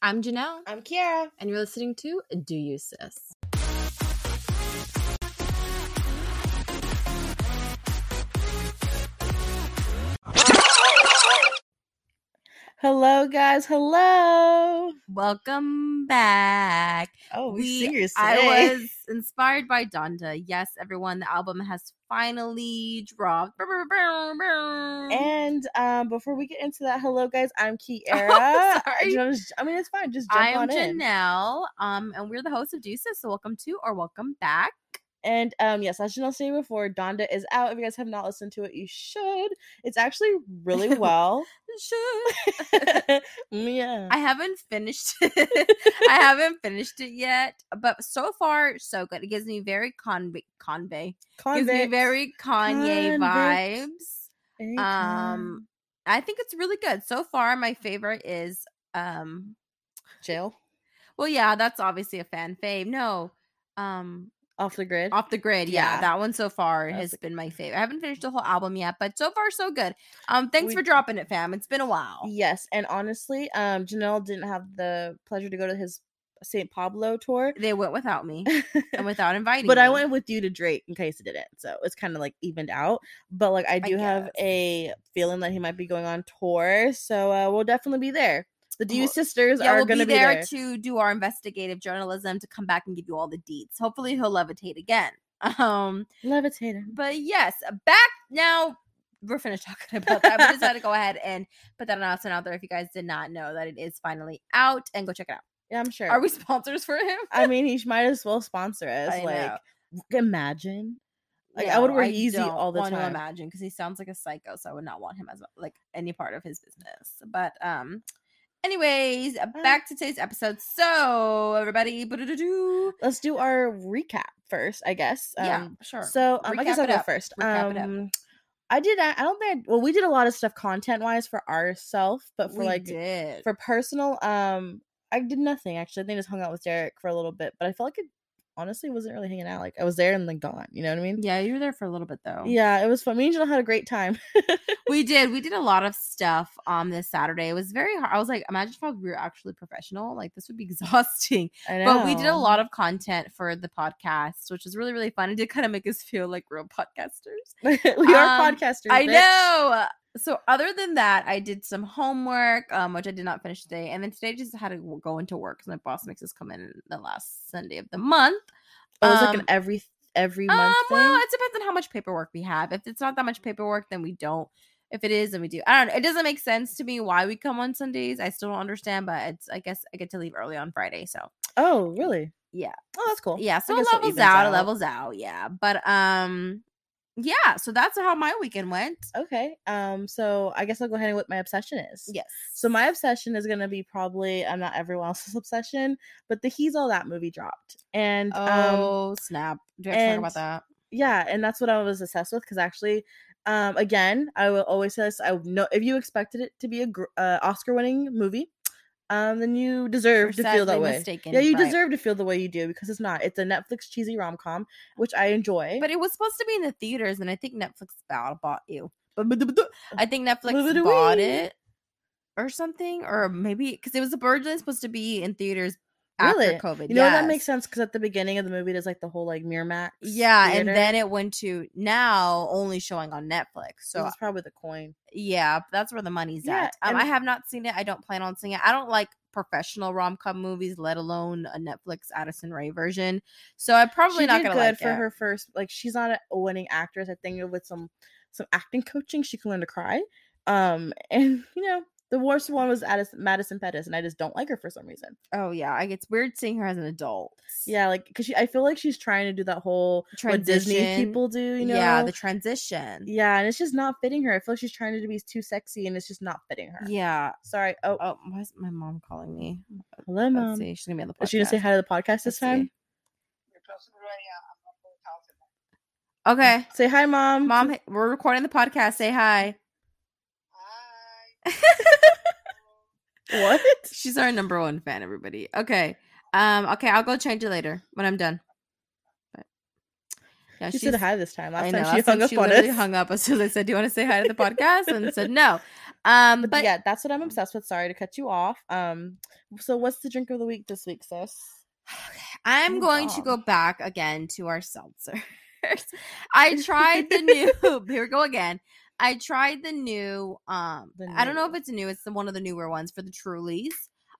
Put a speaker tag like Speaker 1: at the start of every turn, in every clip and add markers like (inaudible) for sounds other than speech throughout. Speaker 1: I'm Janelle,
Speaker 2: I'm Kiara.
Speaker 1: and you're listening to Do You Sis?
Speaker 2: Hello, guys. Hello.
Speaker 1: Welcome back.
Speaker 2: Oh, we,
Speaker 1: We-
Speaker 2: serious.
Speaker 1: I
Speaker 2: today.
Speaker 1: was (laughs) inspired by Donda. Yes, everyone, the album has finally dropped.
Speaker 2: And um, before we get into that, hello, guys. I'm Kiara.
Speaker 1: Oh, sorry.
Speaker 2: You know, just- I mean, it's fine. Just jump
Speaker 1: I'm
Speaker 2: on in.
Speaker 1: Janelle, um, and we're the hosts of Do You Sis. So welcome to or welcome back.
Speaker 2: And um, yes, as Janelle stated before, Donda is out. If you guys have not listened to it, you should. It's actually really
Speaker 1: (laughs)
Speaker 2: well. (laughs)
Speaker 1: Sure.
Speaker 2: yeah.
Speaker 1: I haven't finished (laughs) it. I haven't finished it yet, but so far so good. It gives me very Conve Conve gives me
Speaker 2: Convict.
Speaker 1: very Kanye
Speaker 2: Convict.
Speaker 1: vibes. Um,
Speaker 2: Very con-
Speaker 1: I think it's really good so far. My favorite is um.
Speaker 2: jail
Speaker 1: Well, yeah, that's obviously a fan fave. No, um,
Speaker 2: off the grid.
Speaker 1: off the grid. Yeah,
Speaker 2: Yeah.
Speaker 1: that one so far
Speaker 2: That's
Speaker 1: has
Speaker 2: a-
Speaker 1: been my favorite. I haven't finished the whole album yet, but so far so good. Um, thanks
Speaker 2: We-
Speaker 1: for dropping it, fam. It's been a while.
Speaker 2: Yes, and honestly, um, Janelle didn't have the pleasure to go to his St. Pablo tour, (laughs)
Speaker 1: They went without me and without inviting.
Speaker 2: but I
Speaker 1: me.
Speaker 2: went with you to Drake in case it didn't, so it's kind of like evened out. But like, I do have
Speaker 1: guess.
Speaker 2: a feeling that he might be going on tour, so uh, we'll definitely be there. The Du
Speaker 1: Well,
Speaker 2: sisters
Speaker 1: Yeah,
Speaker 2: are
Speaker 1: we'll
Speaker 2: going
Speaker 1: be
Speaker 2: to be
Speaker 1: there,
Speaker 2: there.
Speaker 1: to do our investigative journalism to come back and give you all the deets. Hopefully, he'll levitate again. (laughs) Um,
Speaker 2: Levitator.
Speaker 1: But yes, uh, back now. We're finished talking (laughs) about that. We just had to go ahead and put that announcement out there if you guys did not know that it is finally out and go check it out.
Speaker 2: Yeah, I'm sure.
Speaker 1: Are we (laughs) sponsors for him?
Speaker 2: I mean, he sh- might as well sponsor us.
Speaker 1: I
Speaker 2: like,
Speaker 1: know.
Speaker 2: w- imagine. Like, I would wear Yeezy
Speaker 1: don't
Speaker 2: all the
Speaker 1: want to
Speaker 2: time.
Speaker 1: imagine because he sounds like a psycho, so I would not want him as like any part of his business. But um, anyways, uh,
Speaker 2: Uh.
Speaker 1: back to today's episode. So everybody, boo-doo-doo-doo.
Speaker 2: Let's do our recap first, I guess.
Speaker 1: yeah, sure.
Speaker 2: So um, I guess
Speaker 1: Recap
Speaker 2: I'll
Speaker 1: it
Speaker 2: go
Speaker 1: up.
Speaker 2: first.
Speaker 1: Recap it up.
Speaker 2: Um, I did. I, I don't think. I, well, we did a lot of stuff content wise for ourselves, but for
Speaker 1: we
Speaker 2: like
Speaker 1: did.
Speaker 2: for personal, um, I did nothing actually. I think I just hung out with Derek for a little bit, but I felt like it honestly wasn't really hanging out. Like I was there and then gone. You know what I mean?
Speaker 1: yeah, you were there for a little bit though.
Speaker 2: Yeah, it was fun. Me and Jill had a great time.
Speaker 1: we did we did a lot of stuff um this saturday it was very hard i was like imagine if we were actually professional like this would be (laughs) exhausting
Speaker 2: I know.
Speaker 1: but we did a lot of content for the podcast which was really really fun it did kind of make us feel like real podcasters
Speaker 2: (laughs) we are
Speaker 1: um,
Speaker 2: podcasters.
Speaker 1: i
Speaker 2: bitch.
Speaker 1: know so other than that i did some homework um which i did not finish today and then today just had to w- go into work because my boss makes us come in the last sunday of the month
Speaker 2: Oh, it was like an
Speaker 1: Um,
Speaker 2: every every month
Speaker 1: um,
Speaker 2: thing.
Speaker 1: well, it depends on how much paperwork we have. If it's not that much paperwork, then we don't. If it is, then we do. I don't know. It doesn't make sense to me why we come on Sundays. I still don't understand, but it's I guess I get to leave early on Friday. So
Speaker 2: oh, really?
Speaker 1: yeah.
Speaker 2: Oh, that's cool.
Speaker 1: Yeah. So it
Speaker 2: guess it
Speaker 1: levels
Speaker 2: evens
Speaker 1: out, it
Speaker 2: out.
Speaker 1: levels out. Yeah. But um yeah, so that's how my weekend went.
Speaker 2: Okay. Um. So I guess I'll go ahead and what my obsession is.
Speaker 1: Yes.
Speaker 2: So my obsession is gonna be probably I'm not everyone else's (laughs) obsession, but the He's All That movie dropped, and um,
Speaker 1: Oh snap. Do you have to talk about
Speaker 2: and-
Speaker 1: that?
Speaker 2: yeah, and that's what I was obsessed with because actually, um, again, I will always say this: I know if you expected it to be a gr- uh, Oscar-winning movie, um, then you
Speaker 1: You're
Speaker 2: deserve to feel
Speaker 1: sadly
Speaker 2: that way.
Speaker 1: mistaken,
Speaker 2: Yeah, you
Speaker 1: right.
Speaker 2: deserve to feel the way you do because it's not. It's a Netflix cheesy rom com, which I enjoy.
Speaker 1: But it was supposed to be in the theaters, and I think Netflix bought, bought you.
Speaker 2: (laughs) But
Speaker 1: I think Netflix
Speaker 2: Boo-boo-doo-wee.
Speaker 1: bought it or something, or maybe because it was originally supposed to be in theaters after
Speaker 2: Really?
Speaker 1: COVID.
Speaker 2: you know that
Speaker 1: yes.
Speaker 2: makes sense because at the beginning of the movie, there's like the whole like Miramax.
Speaker 1: Yeah, and
Speaker 2: theater.
Speaker 1: then it went to now only showing on Netflix. So
Speaker 2: it's probably the coin.
Speaker 1: yeah, that's where the money's
Speaker 2: Yeah,
Speaker 1: at. Um, I
Speaker 2: and-
Speaker 1: have not seen it. I don't plan on seeing it. I don't like professional rom com movies, let alone a Netflix Addison Ray version. So I'm probably
Speaker 2: she
Speaker 1: not
Speaker 2: did
Speaker 1: gonna
Speaker 2: good
Speaker 1: like
Speaker 2: for
Speaker 1: it.
Speaker 2: her first. Like she's not a winning actress. I think with some some acting coaching, she can learn to cry. Um, (laughs) and you know the worst one was Addis, Madison Pettis, and I just don't like her for some reason.
Speaker 1: Oh yeah, I it's weird seeing her as an adult.
Speaker 2: Yeah, like because I feel like she's trying to do that whole what Disney
Speaker 1: Transition.
Speaker 2: people do. You know,
Speaker 1: yeah, the transition. Yeah.
Speaker 2: yeah, and it's just not fitting her. I feel like she's trying to be too sexy, and it's just not fitting her. Sorry. Oh,
Speaker 1: Oh, why is my mom calling me?
Speaker 2: hello,
Speaker 1: Let's
Speaker 2: mom.
Speaker 1: see. She's gonna be on the podcast.
Speaker 2: Is she gonna say hi to the podcast
Speaker 1: Let's
Speaker 2: this time?
Speaker 1: see. Okay,
Speaker 2: Say hi, mom.
Speaker 1: mom, hey, we're recording the podcast. Say hi.
Speaker 2: (laughs) What?
Speaker 1: (laughs) She's our number one fan, everybody. Okay. Um. Okay, I'll go change it later when I'm done. But yeah,
Speaker 2: She
Speaker 1: she's-
Speaker 2: said hi this time. Last
Speaker 1: I know.
Speaker 2: time she
Speaker 1: last
Speaker 2: hung
Speaker 1: time
Speaker 2: up
Speaker 1: she
Speaker 2: on
Speaker 1: literally (laughs)
Speaker 2: us.
Speaker 1: hung up as soon as I said, "Do you want to say hi to the podcast?" and said no. Um,
Speaker 2: But,
Speaker 1: but
Speaker 2: yeah, that's what I'm obsessed with. Sorry to cut you off. Um, so what's the drink of the week this week, sis?
Speaker 1: I'm
Speaker 2: Move
Speaker 1: going to
Speaker 2: on.
Speaker 1: go back again to our seltzers. (laughs) I tried the
Speaker 2: (laughs)
Speaker 1: new. (laughs) Here we go again. I tried the new. Um,
Speaker 2: The
Speaker 1: I don't know if
Speaker 2: new.
Speaker 1: it's new. It's the, one of the newer ones for the Trulies.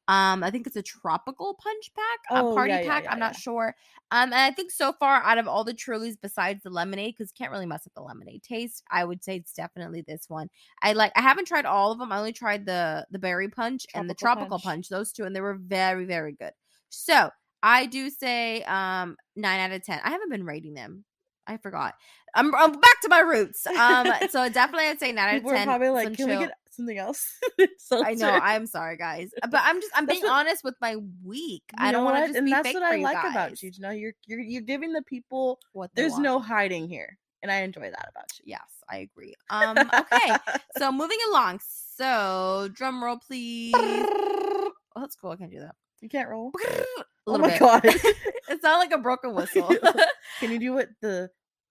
Speaker 1: Um, I think it's a tropical punch pack, a
Speaker 2: Oh,
Speaker 1: party
Speaker 2: yeah, yeah,
Speaker 1: pack.
Speaker 2: yeah,
Speaker 1: I'm not sure. Um, and I think so far out of all the Trulies besides the lemonade, because can't really mess up the lemonade taste. I would say it's definitely this one. I like. I haven't tried all of them. I only tried the the berry punch and the tropical
Speaker 2: Tropical
Speaker 1: punch.
Speaker 2: Punch.
Speaker 1: Those two, and they were very very good. So I do say um nine out of ten. I haven't been rating them. I forgot. I'm, I'm back to my roots.
Speaker 2: (laughs)
Speaker 1: Um, so definitely I'd say nine out of
Speaker 2: People are
Speaker 1: ten.
Speaker 2: probably like,
Speaker 1: some
Speaker 2: can
Speaker 1: chill-
Speaker 2: we get something else?
Speaker 1: (laughs)
Speaker 2: (laughs)
Speaker 1: I know. I'm sorry, guys, uh, but I'm just I'm
Speaker 2: That's
Speaker 1: being
Speaker 2: what-
Speaker 1: honest with my week. I don't want
Speaker 2: want
Speaker 1: to just
Speaker 2: and
Speaker 1: be
Speaker 2: that's
Speaker 1: fake
Speaker 2: what
Speaker 1: for
Speaker 2: I
Speaker 1: you
Speaker 2: like
Speaker 1: guys.
Speaker 2: about you. You know, you're you're you're giving the people.
Speaker 1: What they
Speaker 2: There's
Speaker 1: want.
Speaker 2: (laughs) no hiding here, and I enjoy that about you.
Speaker 1: Yes, I agree. Um, okay.
Speaker 2: (laughs)
Speaker 1: so moving along. So drum roll,
Speaker 2: (laughs)
Speaker 1: please. Oh, that's cool. I can do that.
Speaker 2: you can't roll.
Speaker 1: A
Speaker 2: oh
Speaker 1: little
Speaker 2: my
Speaker 1: bit.
Speaker 2: god!
Speaker 1: (laughs) It sounded like a
Speaker 2: (laughs)
Speaker 1: broken whistle. (laughs)
Speaker 2: Can you do it the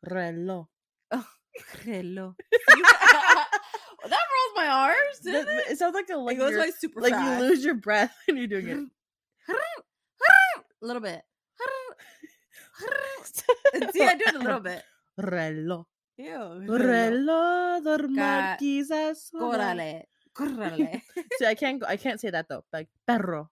Speaker 2: reloj?
Speaker 1: Hello. See? (laughs) that rolls
Speaker 2: (laughs)
Speaker 1: my R's.
Speaker 2: That-
Speaker 1: didn't it?
Speaker 2: It sounds like a like,
Speaker 1: it goes
Speaker 2: you're-
Speaker 1: like super
Speaker 2: like
Speaker 1: fast. (laughs)
Speaker 2: you lose your breath (laughs) when you're doing it.
Speaker 1: a little bit. And (laughs) See, I do it a little
Speaker 2: (laughs)
Speaker 1: bit.
Speaker 2: Reloj,
Speaker 1: Ew.
Speaker 2: reloj del
Speaker 1: Ca-
Speaker 2: marquis azul.
Speaker 1: Corale. (laughs) Corale.
Speaker 2: See, I can't go. I can't say that though. Like perro.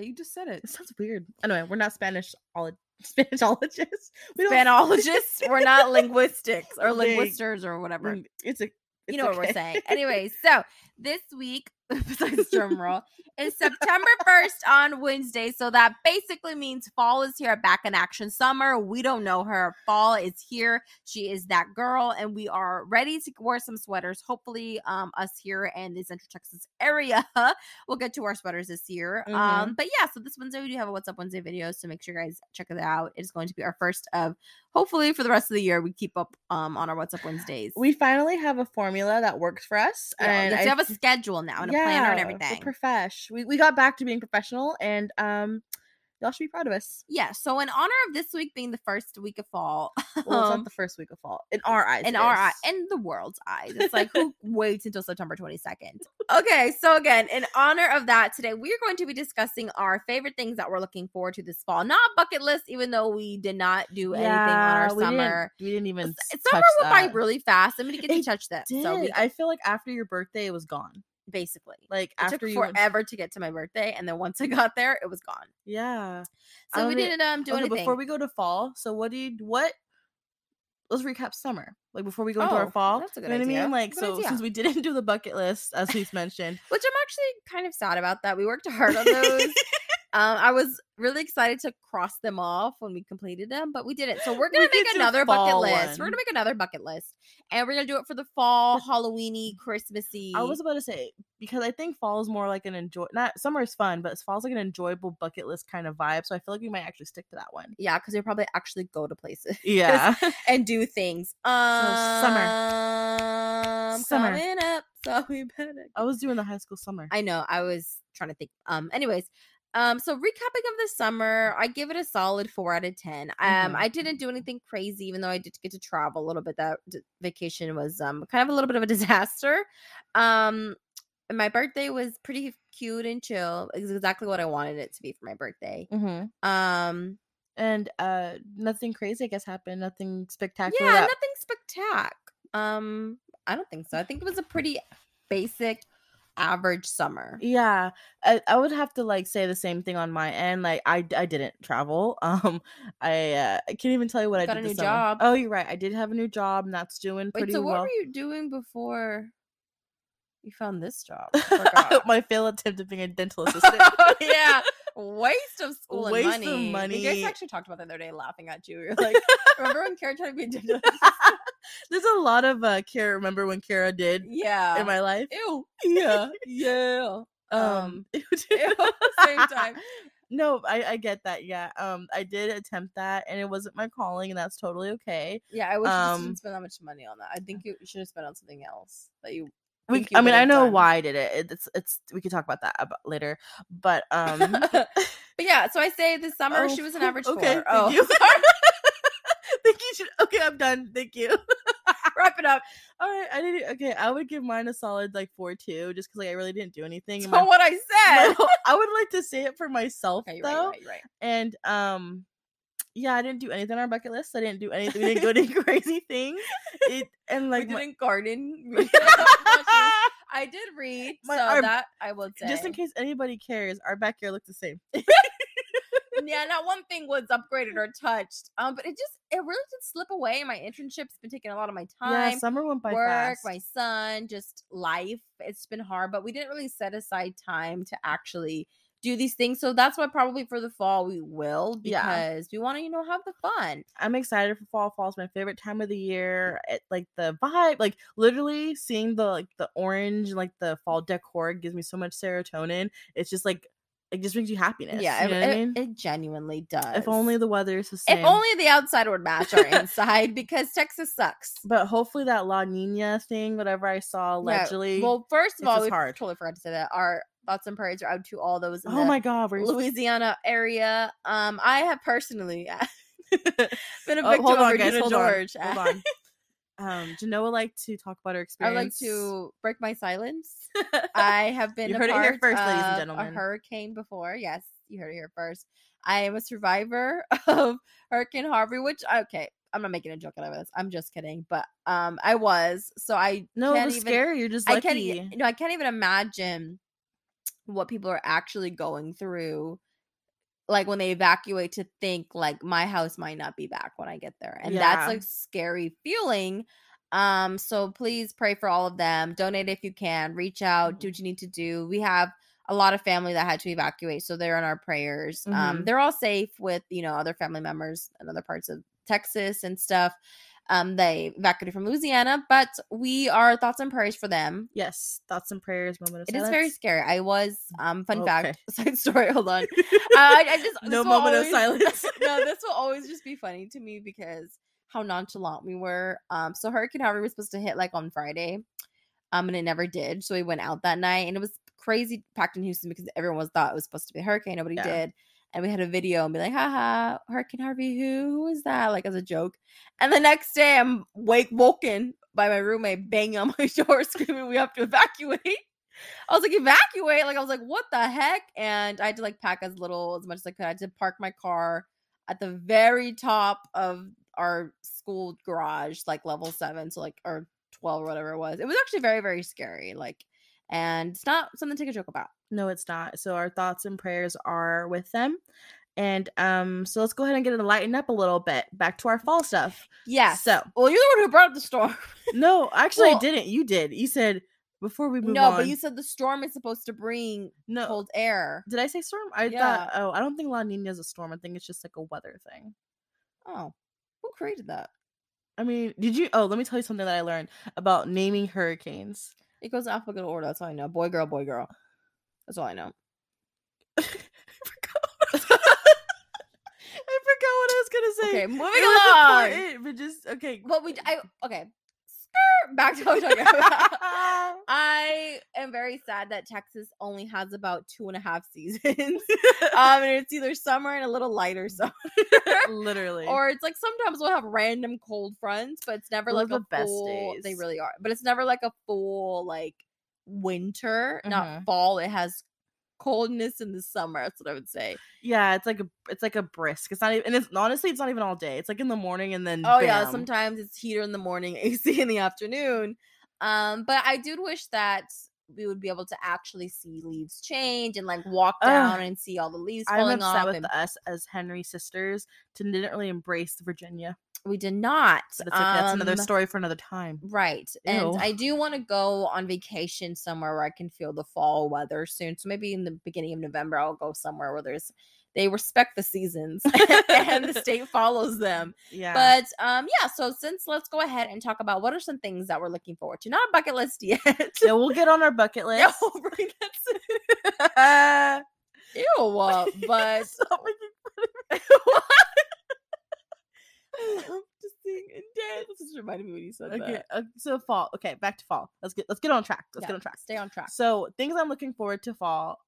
Speaker 1: You just said
Speaker 2: (laughs)
Speaker 1: it.
Speaker 2: It sounds weird. Anyway, we're not Spanish (laughs) Spanishologist. We don't (laughs)
Speaker 1: Spanologists, we're not linguistics or
Speaker 2: Ling-
Speaker 1: linguisters or whatever.
Speaker 2: Mm, It's a.
Speaker 1: you
Speaker 2: it's
Speaker 1: know what we're
Speaker 2: okay. (laughs)
Speaker 1: saying. Anyway, so this week, (laughs) besides drum roll, is September 1st on Wednesday. So that basically means fall is here, back in action summer. We don't know her. Fall is here. She is that girl, and we are ready to wear some sweaters. Hopefully, um, us here in the Central Texas area (laughs) will get to our sweaters this year.
Speaker 2: Mm-hmm.
Speaker 1: Um, but yeah, so this Wednesday we do have a What's Up Wednesday video. So make sure you guys check it out. It's going to be our first of hopefully for the rest of the year we keep up um on our What's Up Wednesdays.
Speaker 2: we finally have a formula that works for us,
Speaker 1: Yeah,
Speaker 2: and
Speaker 1: you
Speaker 2: I
Speaker 1: have a
Speaker 2: th-
Speaker 1: schedule now and a planner and
Speaker 2: yeah, We're
Speaker 1: everything.
Speaker 2: profesh. We we got back to being professional, and um, y'all should be proud
Speaker 1: (laughs)
Speaker 2: of us.
Speaker 1: yeah. So in honor of this week being the first week of fall, (laughs)
Speaker 2: Well, it's
Speaker 1: Um,
Speaker 2: not the first week of fall in our eyes.
Speaker 1: in
Speaker 2: it
Speaker 1: our eye,
Speaker 2: is.
Speaker 1: in the world's eyes, it's like
Speaker 2: (laughs)
Speaker 1: who waits until September 22nd? Okay. So again, in honor of that, today we are going to be discussing our favorite things that we're looking forward to this fall. Not bucket list, even though we did not do anything on our
Speaker 2: we didn't-
Speaker 1: summer.
Speaker 2: we didn't even.
Speaker 1: S-
Speaker 2: s-
Speaker 1: Summer
Speaker 2: touch
Speaker 1: went by
Speaker 2: that.
Speaker 1: really fast. Somebody get to
Speaker 2: It
Speaker 1: touch that.
Speaker 2: Did.
Speaker 1: So we
Speaker 2: I feel like after your birthday, it was gone.
Speaker 1: basically.
Speaker 2: Like
Speaker 1: It
Speaker 2: after
Speaker 1: took
Speaker 2: you, went-
Speaker 1: forever to get to my birthday, and then once I got there, it was gone.
Speaker 2: yeah. I
Speaker 1: So we
Speaker 2: don't e-
Speaker 1: didn't um do
Speaker 2: okay,
Speaker 1: anything.
Speaker 2: before we go to fall, so what do you what? Let's recap summer. Like before we go into
Speaker 1: Oh,
Speaker 2: our fall,
Speaker 1: that's a good
Speaker 2: you know what I
Speaker 1: idea.
Speaker 2: mean? Like
Speaker 1: Good
Speaker 2: so,
Speaker 1: idea.
Speaker 2: since we (laughs) didn't do the bucket list, as we've mentioned,
Speaker 1: which I'm actually kind of sad about that. We worked hard on
Speaker 2: (laughs)
Speaker 1: those. um, I was really excited to cross them off when we completed them, but we didn't. So we're
Speaker 2: We
Speaker 1: gonna
Speaker 2: did
Speaker 1: make
Speaker 2: do
Speaker 1: another bucket
Speaker 2: fall
Speaker 1: list. We're
Speaker 2: one.
Speaker 1: gonna make another bucket list, and we're gonna do it for the
Speaker 2: (laughs)
Speaker 1: fall, Halloweeny, Christmassy.
Speaker 2: I was about to say because I think fall is more like an enjoy. Not summer is fun, but fall's like an enjoyable bucket list kind of vibe. So I feel like we might actually stick to that one.
Speaker 1: yeah, because they probably actually go to places (laughs)
Speaker 2: Yeah,
Speaker 1: and do things. Um,
Speaker 2: summer.
Speaker 1: summer
Speaker 2: Summer.
Speaker 1: coming up, so we better.
Speaker 2: (laughs) I was doing the high school (laughs) summer.
Speaker 1: I know. I was trying to think. Um. Anyways, um. So recapping of the summer, I give it a solid four out of ten. Um.
Speaker 2: Mhm.
Speaker 1: I didn't do anything crazy, even though I did get to travel a little bit. That d- vacation was um kind of a little bit of a (laughs) disaster. Um. and My birthday was pretty cute and chill. It's exactly what I wanted it to be for my birthday.
Speaker 2: Mm-hmm.
Speaker 1: Um.
Speaker 2: And uh, nothing crazy, I guess, happened. Nothing spectacular.
Speaker 1: Yeah.
Speaker 2: that-
Speaker 1: Nothing spectac. Um. I don't think so. I think it was a pretty basic, average summer.
Speaker 2: Yeah, I, I would have to like say the same thing on my end. Like I, d- I didn't travel. (laughs) Um, I uh, I can't even tell you what
Speaker 1: You
Speaker 2: I
Speaker 1: got
Speaker 2: did.
Speaker 1: a new
Speaker 2: this summer.
Speaker 1: job.
Speaker 2: Oh, you're right. I did have a new job, and that's doing
Speaker 1: Wait,
Speaker 2: pretty
Speaker 1: so what
Speaker 2: well. (laughs)
Speaker 1: were you doing before you found this job?
Speaker 2: (laughs)
Speaker 1: I
Speaker 2: I-
Speaker 1: forgot.
Speaker 2: my failed attempt at being
Speaker 1: (laughs)
Speaker 2: a dental assistant. (laughs)
Speaker 1: yeah, (laughs) waste of school and
Speaker 2: Waste of
Speaker 1: money. You guys
Speaker 2: money.
Speaker 1: actually talked about that the other day, laughing at you. (laughs) You're
Speaker 2: (laughs)
Speaker 1: like, remember when Kara tried to be a dental?
Speaker 2: There's a lot of uh, Kara. Remember when Kara did
Speaker 1: (laughs) Yeah.
Speaker 2: in
Speaker 1: (laughs)
Speaker 2: my life?
Speaker 1: Ew.
Speaker 2: (laughs) Yeah.
Speaker 1: Yeah.
Speaker 2: Um. (laughs)
Speaker 1: Ew. (laughs) Same time.
Speaker 2: no, I I get that. Yeah. Um. I did attempt that, and it wasn't my calling, and that's totally okay.
Speaker 1: Yeah, I wish you just
Speaker 2: Um,
Speaker 1: didn't spend that much money on that. I
Speaker 2: (laughs)
Speaker 1: think you should have spent on something else that you.
Speaker 2: we,
Speaker 1: think
Speaker 2: I
Speaker 1: you
Speaker 2: mean, I
Speaker 1: would've
Speaker 2: know
Speaker 1: done. (laughs)
Speaker 2: why I did it. It- It's, it's. We could talk about that about later, but
Speaker 1: (laughs)
Speaker 2: um, (laughs)
Speaker 1: but yeah, so I say this summer
Speaker 2: oh,
Speaker 1: she
Speaker 2: (laughs)
Speaker 1: was an average. (laughs)
Speaker 2: Okay,
Speaker 1: four. oh,
Speaker 2: (laughs) thank you. think you should. Okay, I'm done. Thank you.
Speaker 1: Rob, (laughs) wrap it up.
Speaker 2: All right, I did okay. I would give mine a solid like four two, just because like I really didn't do anything.
Speaker 1: So
Speaker 2: and my-
Speaker 1: what I
Speaker 2: (laughs) my
Speaker 1: said.
Speaker 2: whole- I would like to say it for myself
Speaker 1: Okay, you're
Speaker 2: though,
Speaker 1: right, you're right, you're right.
Speaker 2: and um, yeah, I didn't do anything on our bucket list. I didn't do anything. We didn't go to any (laughs) crazy things. It and like
Speaker 1: we
Speaker 2: my-
Speaker 1: didn't garden.
Speaker 2: (laughs)
Speaker 1: We didn't have much- I did read,
Speaker 2: My-
Speaker 1: so
Speaker 2: our-
Speaker 1: that I will say.
Speaker 2: (laughs) just in case anybody cares, our backyard looked the same.
Speaker 1: yeah, not one thing was upgraded or touched. Um, but it just it really did slip away. My internship's been taking a lot of my time.
Speaker 2: yeah, summer went by
Speaker 1: work,
Speaker 2: fast.
Speaker 1: my son, just life. It's been hard, but we didn't really set aside time to actually do these things. So that's why probably for the fall we will
Speaker 2: Yeah.
Speaker 1: because we want to, you know, have the fun.
Speaker 2: I'm excited for fall. Fall's my favorite time of the year. It, like the vibe, like literally seeing the like the orange, and, like the fall decor gives me so much serotonin. It's just like it just brings you happiness.
Speaker 1: yeah,
Speaker 2: you
Speaker 1: it,
Speaker 2: know what I
Speaker 1: it-
Speaker 2: mean?
Speaker 1: it genuinely does.
Speaker 2: if only the weather is the same.
Speaker 1: if only the outside would match our inside because Texas sucks.
Speaker 2: but hopefully that La Nina thing, whatever I saw
Speaker 1: Yeah,
Speaker 2: allegedly.
Speaker 1: well, first of
Speaker 2: it's
Speaker 1: all,
Speaker 2: just
Speaker 1: we
Speaker 2: hard.
Speaker 1: totally forgot to say that our thoughts and prayers are out to all those in
Speaker 2: oh
Speaker 1: the
Speaker 2: my God, we're
Speaker 1: Louisiana area. Um, I have personally uh, (laughs) been a victim
Speaker 2: Oh, hold
Speaker 1: of
Speaker 2: on,
Speaker 1: Regina
Speaker 2: guys, hold
Speaker 1: George. Uh,
Speaker 2: on, hold on. Um, Genoa would like to talk about her
Speaker 1: I would like
Speaker 2: experience.
Speaker 1: to break my
Speaker 2: (laughs)
Speaker 1: silence. I have been
Speaker 2: You
Speaker 1: a
Speaker 2: heard it
Speaker 1: part
Speaker 2: here first,
Speaker 1: of
Speaker 2: ladies and
Speaker 1: a
Speaker 2: gentlemen.
Speaker 1: hurricane before. Yes, you heard it here first. I am a survivor (laughs) of Hurricane Harvey, which okay, I'm not making a joke out of this. I'm just kidding, but um, I was so I
Speaker 2: No, it
Speaker 1: can't
Speaker 2: was
Speaker 1: even,
Speaker 2: scary. You're just
Speaker 1: I
Speaker 2: lucky.
Speaker 1: can't. e- No, I can't even imagine what people are actually going through. Like when they evacuate, to think like my house might not be back when I get there, and
Speaker 2: Yeah.
Speaker 1: that's like scary feeling. Um, so please pray for all of them. Donate if you can. Reach out.
Speaker 2: Mm-hmm.
Speaker 1: Do what you need to do. We have a lot of family that had to evacuate, so they're in our prayers. Um,
Speaker 2: Mhm.
Speaker 1: they're all safe with you know other family members in other parts of Texas and stuff. Um, they evacuated from Louisiana, but we are thoughts and prayers for them.
Speaker 2: yes, thoughts and prayers. Moment of
Speaker 1: It is
Speaker 2: silence.
Speaker 1: very scary. I was um fun fact (laughs)
Speaker 2: Okay.
Speaker 1: side story. Hold
Speaker 2: (laughs)
Speaker 1: on, I, I just this
Speaker 2: no
Speaker 1: will
Speaker 2: moment
Speaker 1: always- (laughs)
Speaker 2: of silence.
Speaker 1: no, this will always just be funny to me because how nonchalant we were. Um, so Hurricane Harvey was supposed to hit like on Friday, um, and it never did. So we went out that night, and it was crazy packed in Houston because everyone was thought it was supposed to be a hurricane. Nobody
Speaker 2: Yeah.
Speaker 1: did. And we had a video and be like, haha, Hurricane Harvey, who? Who is that? Like as a joke. And the next day I'm wake woken by my roommate banging on (laughs) my door screaming, We have to evacuate. I was like, evacuate. Like, I was like, what the heck? And I had to like pack as little as much as I could. I had to park my car at the very top of our school garage, like level seven, so like or twelve, or whatever it was. It was actually very, very scary. Like, and it's not something to take a joke about.
Speaker 2: No, it's not. So our thoughts and prayers are with them. And um, so let's go ahead and get it lightened up a little bit. Back to our fall stuff.
Speaker 1: Yes.
Speaker 2: So
Speaker 1: Well, you're the one who brought up the storm.
Speaker 2: no, actually,
Speaker 1: Well-
Speaker 2: I didn't. You did. You said before we (laughs) move
Speaker 1: no,
Speaker 2: on. Oh.
Speaker 1: but you said the storm is supposed to bring
Speaker 2: no.
Speaker 1: cold air.
Speaker 2: Did I say storm? I
Speaker 1: Yeah.
Speaker 2: thought. Oh, I don't think La Nina is a storm. I think it's just like a weather thing.
Speaker 1: Oh, who created that?
Speaker 2: I mean, did you? Oh, let me tell you something that I learned about naming hurricanes.
Speaker 1: It goes in alphabetical order. That's all I know. Boy, girl, boy, girl. That's all I know.
Speaker 2: (laughs) I forgot what I was gonna say.
Speaker 1: Okay, moving
Speaker 2: it was
Speaker 1: along.
Speaker 2: important, but just okay.
Speaker 1: What we I (laughs) okay. Skirt back to what we're talking about. I am very sad that Texas only has about two and a half seasons. (laughs)
Speaker 2: (laughs)
Speaker 1: um, and it's either summer and a little lighter summer, (laughs)
Speaker 2: Literally.
Speaker 1: or it's like sometimes we'll have random cold fronts, but it's never
Speaker 2: Those
Speaker 1: like
Speaker 2: are
Speaker 1: a
Speaker 2: the best
Speaker 1: full. They
Speaker 2: days.
Speaker 1: really are, but it's never like a full like winter, not
Speaker 2: Mhm.
Speaker 1: fall. It has coldness in the summer. That's what I would say.
Speaker 2: Yeah, it's like a it's like a brisk. It's not even and it's honestly it's not even all day. It's like in the morning and then
Speaker 1: Oh yeah,
Speaker 2: bam.
Speaker 1: sometimes it's heater in the morning, (laughs) AC in the afternoon. Um, but I do wish that we would be able to actually see leaves change and like walk
Speaker 2: Ugh.
Speaker 1: down and see all the leaves
Speaker 2: I'm
Speaker 1: falling
Speaker 2: upset
Speaker 1: off.
Speaker 2: with
Speaker 1: And
Speaker 2: us as Henry sisters to didn't really embrace Virginia.
Speaker 1: we did not.
Speaker 2: But it's like, that's another
Speaker 1: Um,
Speaker 2: story for another time.
Speaker 1: Right.
Speaker 2: Ew.
Speaker 1: And I do want to go on vacation somewhere where I can feel the fall weather soon. So maybe in the beginning of November, I'll go somewhere where there's they respect the seasons (laughs) and the state follows them.
Speaker 2: Yeah.
Speaker 1: But um yeah, so since let's go ahead and talk about what are some things that we're looking forward to. Not a bucket list (laughs) yet.
Speaker 2: yeah, we'll get on our bucket
Speaker 1: (laughs) No,
Speaker 2: list.
Speaker 1: right,
Speaker 2: (laughs)
Speaker 1: that's
Speaker 2: Uh,
Speaker 1: ew.
Speaker 2: (laughs)
Speaker 1: uh, But
Speaker 2: stop making-
Speaker 1: (laughs) just being intense. This just reminded me when you said
Speaker 2: okay,
Speaker 1: that.
Speaker 2: uh, so fall. Okay, back to fall. Let's get let's get on track. Let's
Speaker 1: Yeah,
Speaker 2: get on track.
Speaker 1: Stay on track.
Speaker 2: So things I'm looking forward to fall,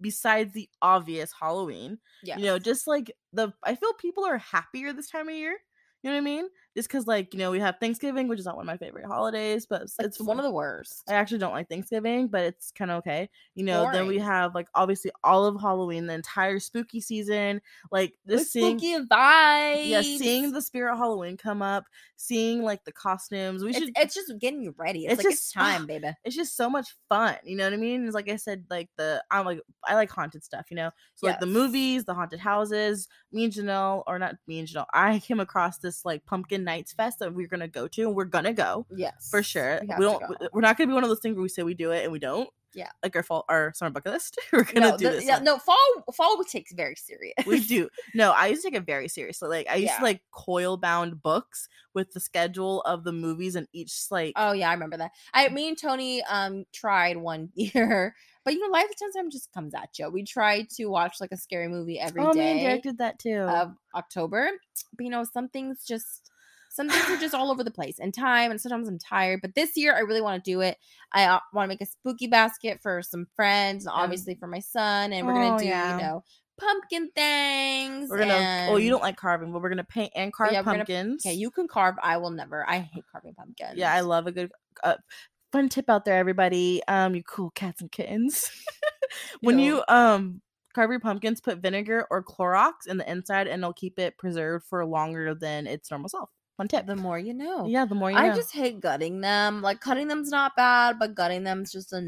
Speaker 2: besides the obvious Halloween,
Speaker 1: Yeah.
Speaker 2: you know, just like the I feel people are happier this time of year. You know what I mean? just because like you know we have Thanksgiving, which is not one of my favorite holidays, but it's,
Speaker 1: It's one of the worst.
Speaker 2: I actually don't like Thanksgiving, but it's kind of okay. You know, then we
Speaker 1: boring. have
Speaker 2: have like obviously all of Halloween, the entire spooky season, like this seeing
Speaker 1: spooky vibes.
Speaker 2: yeah, seeing the spirit of Halloween come up, seeing like the costumes. We
Speaker 1: it's,
Speaker 2: should
Speaker 1: it's just getting you ready. It's,
Speaker 2: It's
Speaker 1: like it's
Speaker 2: just- (sighs)
Speaker 1: time, baby.
Speaker 2: it's just so much fun. You know what I mean? It's like I said, like the I'm like I like haunted stuff. You know, so like the
Speaker 1: Yes.
Speaker 2: movies, the haunted houses. Me and Janelle, or not me and Janelle, I came across this like pumpkin nights fest that we're gonna go to, and we're gonna go
Speaker 1: Yes,
Speaker 2: for sure. We,
Speaker 1: have to
Speaker 2: don't.
Speaker 1: go.
Speaker 2: We're not gonna be one of those things where we say we do it and we don't.
Speaker 1: Yeah.
Speaker 2: like our fall, our summer bucket list. (laughs) we're gonna
Speaker 1: no,
Speaker 2: do
Speaker 1: the-
Speaker 2: this.
Speaker 1: yeah,
Speaker 2: one.
Speaker 1: no, fall fall we take very serious. (laughs)
Speaker 2: we do. No, I used to take it very seriously. Like I used
Speaker 1: Yeah.
Speaker 2: to like coil bound books with the schedule of the movies and each like.
Speaker 1: Oh yeah, I remember that. I me and Tony um tried one (laughs) year, but you know, life sometimes just comes at you. We tried to watch like a scary movie every day
Speaker 2: oh man, Derek did that too.
Speaker 1: of October, but you know, some things just some things are just all over the place and time, and sometimes I'm tired. But this year, I really want to do it. I want to make a spooky basket for some friends, and
Speaker 2: Yeah.
Speaker 1: obviously for my son, and we're gonna
Speaker 2: Oh,
Speaker 1: do
Speaker 2: yeah.
Speaker 1: you know pumpkin things.
Speaker 2: We're gonna. Oh, you
Speaker 1: and-
Speaker 2: don't like carving, but we're gonna paint and carve
Speaker 1: yeah, we're gonna-
Speaker 2: pumpkins.
Speaker 1: Okay, you can carve. I will never. I hate carving pumpkins.
Speaker 2: Yeah, I love a good uh, fun tip out there, everybody. Um, you cool cats and kittens. (laughs) when
Speaker 1: Ew.
Speaker 2: you um carve your pumpkins, put vinegar or Clorox in the inside, and it'll keep it preserved for longer than its normal self. Fun tip.
Speaker 1: the more you know.
Speaker 2: yeah, the more you
Speaker 1: I
Speaker 2: know.
Speaker 1: just hate gutting them. Like cutting them's not bad, but gutting them's just a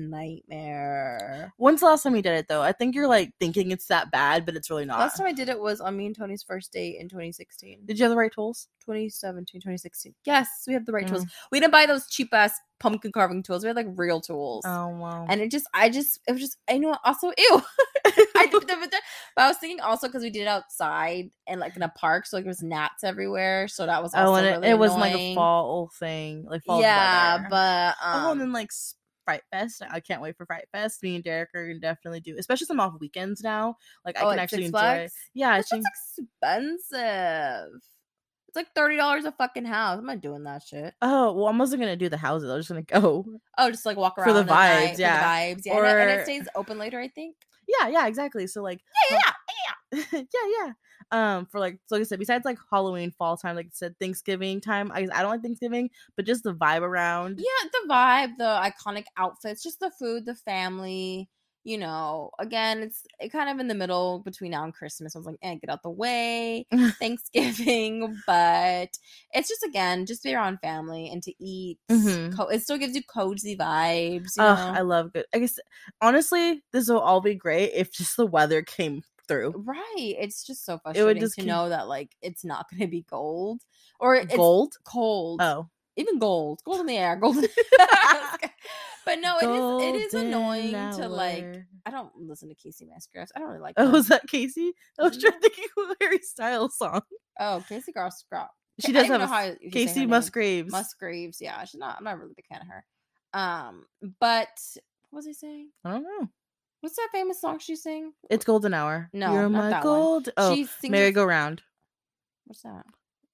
Speaker 1: nightmare.
Speaker 2: When's the last time you did it though? I think you're like thinking it's that bad, but it's really not.
Speaker 1: Last time I did it was on me and Tony's first date in 2016.
Speaker 2: did you have the right tools?
Speaker 1: 2017, 2016. Yes, we have the right
Speaker 2: Mm.
Speaker 1: tools. We didn't buy those cheap ass pumpkin carving tools. We had like real tools.
Speaker 2: Oh wow.
Speaker 1: And it just, I just, it was just, I know, also, (laughs) ew. I, did the- but the- but I was thinking also because we did it outside and like in a park, so like there was gnats everywhere. So that was also
Speaker 2: oh, and it,
Speaker 1: really
Speaker 2: it was like a
Speaker 1: annoying.
Speaker 2: fall thing, like fall.
Speaker 1: Yeah,
Speaker 2: weather.
Speaker 1: but um,
Speaker 2: oh, and then like s- Fright Fest. I can't wait for Fright Fest. Me and Derek are gonna definitely do, especially some off weekends now. Like I
Speaker 1: oh,
Speaker 2: can
Speaker 1: at
Speaker 2: actually
Speaker 1: Six
Speaker 2: enjoy.
Speaker 1: Flags?
Speaker 2: Yeah, I
Speaker 1: It's
Speaker 2: think
Speaker 1: expensive. It's like thirty dollars a fucking house. I'm not doing that shit.
Speaker 2: Oh well, I'm also gonna do the houses. I'm just gonna go.
Speaker 1: Oh, just like walk
Speaker 2: For
Speaker 1: around
Speaker 2: the
Speaker 1: at night,
Speaker 2: vibes, yeah.
Speaker 1: for the vibes, yeah. and, it, and it
Speaker 2: Or-
Speaker 1: stays open later, I think.
Speaker 2: Yeah, yeah, exactly. So like, (laughs)
Speaker 1: Yeah, yeah,
Speaker 2: yeah, yeah. Um, for like, so like I said, besides like Halloween, fall time, like I said, Thanksgiving time. I I don't like Thanksgiving, but just the vibe around.
Speaker 1: yeah. The vibe, the iconic outfits, just the food, the family. You know, again, it's it kind of in the middle between now and Christmas. I was like, eh, get out the (laughs) way, Thanksgiving, but it's just again, just be around family and to eat.
Speaker 2: Mhm.
Speaker 1: Co- it still gives you cozy vibes. You
Speaker 2: Ugh, I
Speaker 1: know?
Speaker 2: love good. I guess honestly, this will all be great if just the weather came through.
Speaker 1: Right. It's just so
Speaker 2: would
Speaker 1: frustrating
Speaker 2: just
Speaker 1: to
Speaker 2: keep-
Speaker 1: know that like it's not going to be gold or it's
Speaker 2: Gold.
Speaker 1: cold.
Speaker 2: Oh,
Speaker 1: Even gold, gold in the air,
Speaker 2: (laughs)
Speaker 1: gold. in the sky. but no, Oh, it is it is
Speaker 2: Golden
Speaker 1: annoying to like.
Speaker 2: hour.
Speaker 1: I don't listen to Casey Musgraves. I don't really like.
Speaker 2: (laughs) Oh,
Speaker 1: her.
Speaker 2: was that Casey? I was
Speaker 1: Mhm.
Speaker 2: trying to think of a Harry Styles song.
Speaker 1: oh Casey Musgraves.
Speaker 2: She does have a s-
Speaker 1: you say her
Speaker 2: Casey
Speaker 1: name.
Speaker 2: Musgraves.
Speaker 1: Musgraves. Yeah, she's not. I'm not really a big fan of her. Um, but what was I saying?
Speaker 2: I don't know.
Speaker 1: What's that famous song she sang?
Speaker 2: It's Golden Hour.
Speaker 1: No,
Speaker 2: you're
Speaker 1: not
Speaker 2: my
Speaker 1: that one.
Speaker 2: gold. Oh,
Speaker 1: she sings.
Speaker 2: merry
Speaker 1: it-
Speaker 2: go round.
Speaker 1: What's that?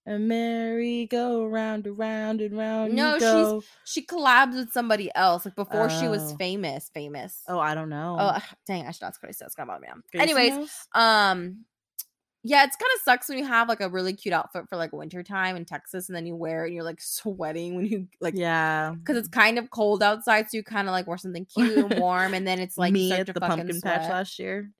Speaker 2: A merry go round, around and round.
Speaker 1: No,
Speaker 2: you
Speaker 1: she's-
Speaker 2: go.
Speaker 1: She collabs with somebody else, like before she was
Speaker 2: Oh.
Speaker 1: famous. Famous.
Speaker 2: Oh, I don't know.
Speaker 1: Oh, ugh, dang! I should ask Cody. That's gonna bother me. now.
Speaker 2: Gracie
Speaker 1: Anyways,
Speaker 2: knows?
Speaker 1: um, yeah, it's kind of sucks when you have like a really cute outfit for like wintertime in Texas, and then you wear it and you're like sweating when you like.
Speaker 2: yeah.
Speaker 1: Because it's kind of cold outside, so you kind of like wear something cute
Speaker 2: (laughs)
Speaker 1: and warm, and then it's like
Speaker 2: me
Speaker 1: you
Speaker 2: at
Speaker 1: start to
Speaker 2: the
Speaker 1: fucking
Speaker 2: pumpkin
Speaker 1: sweat.
Speaker 2: patch last year.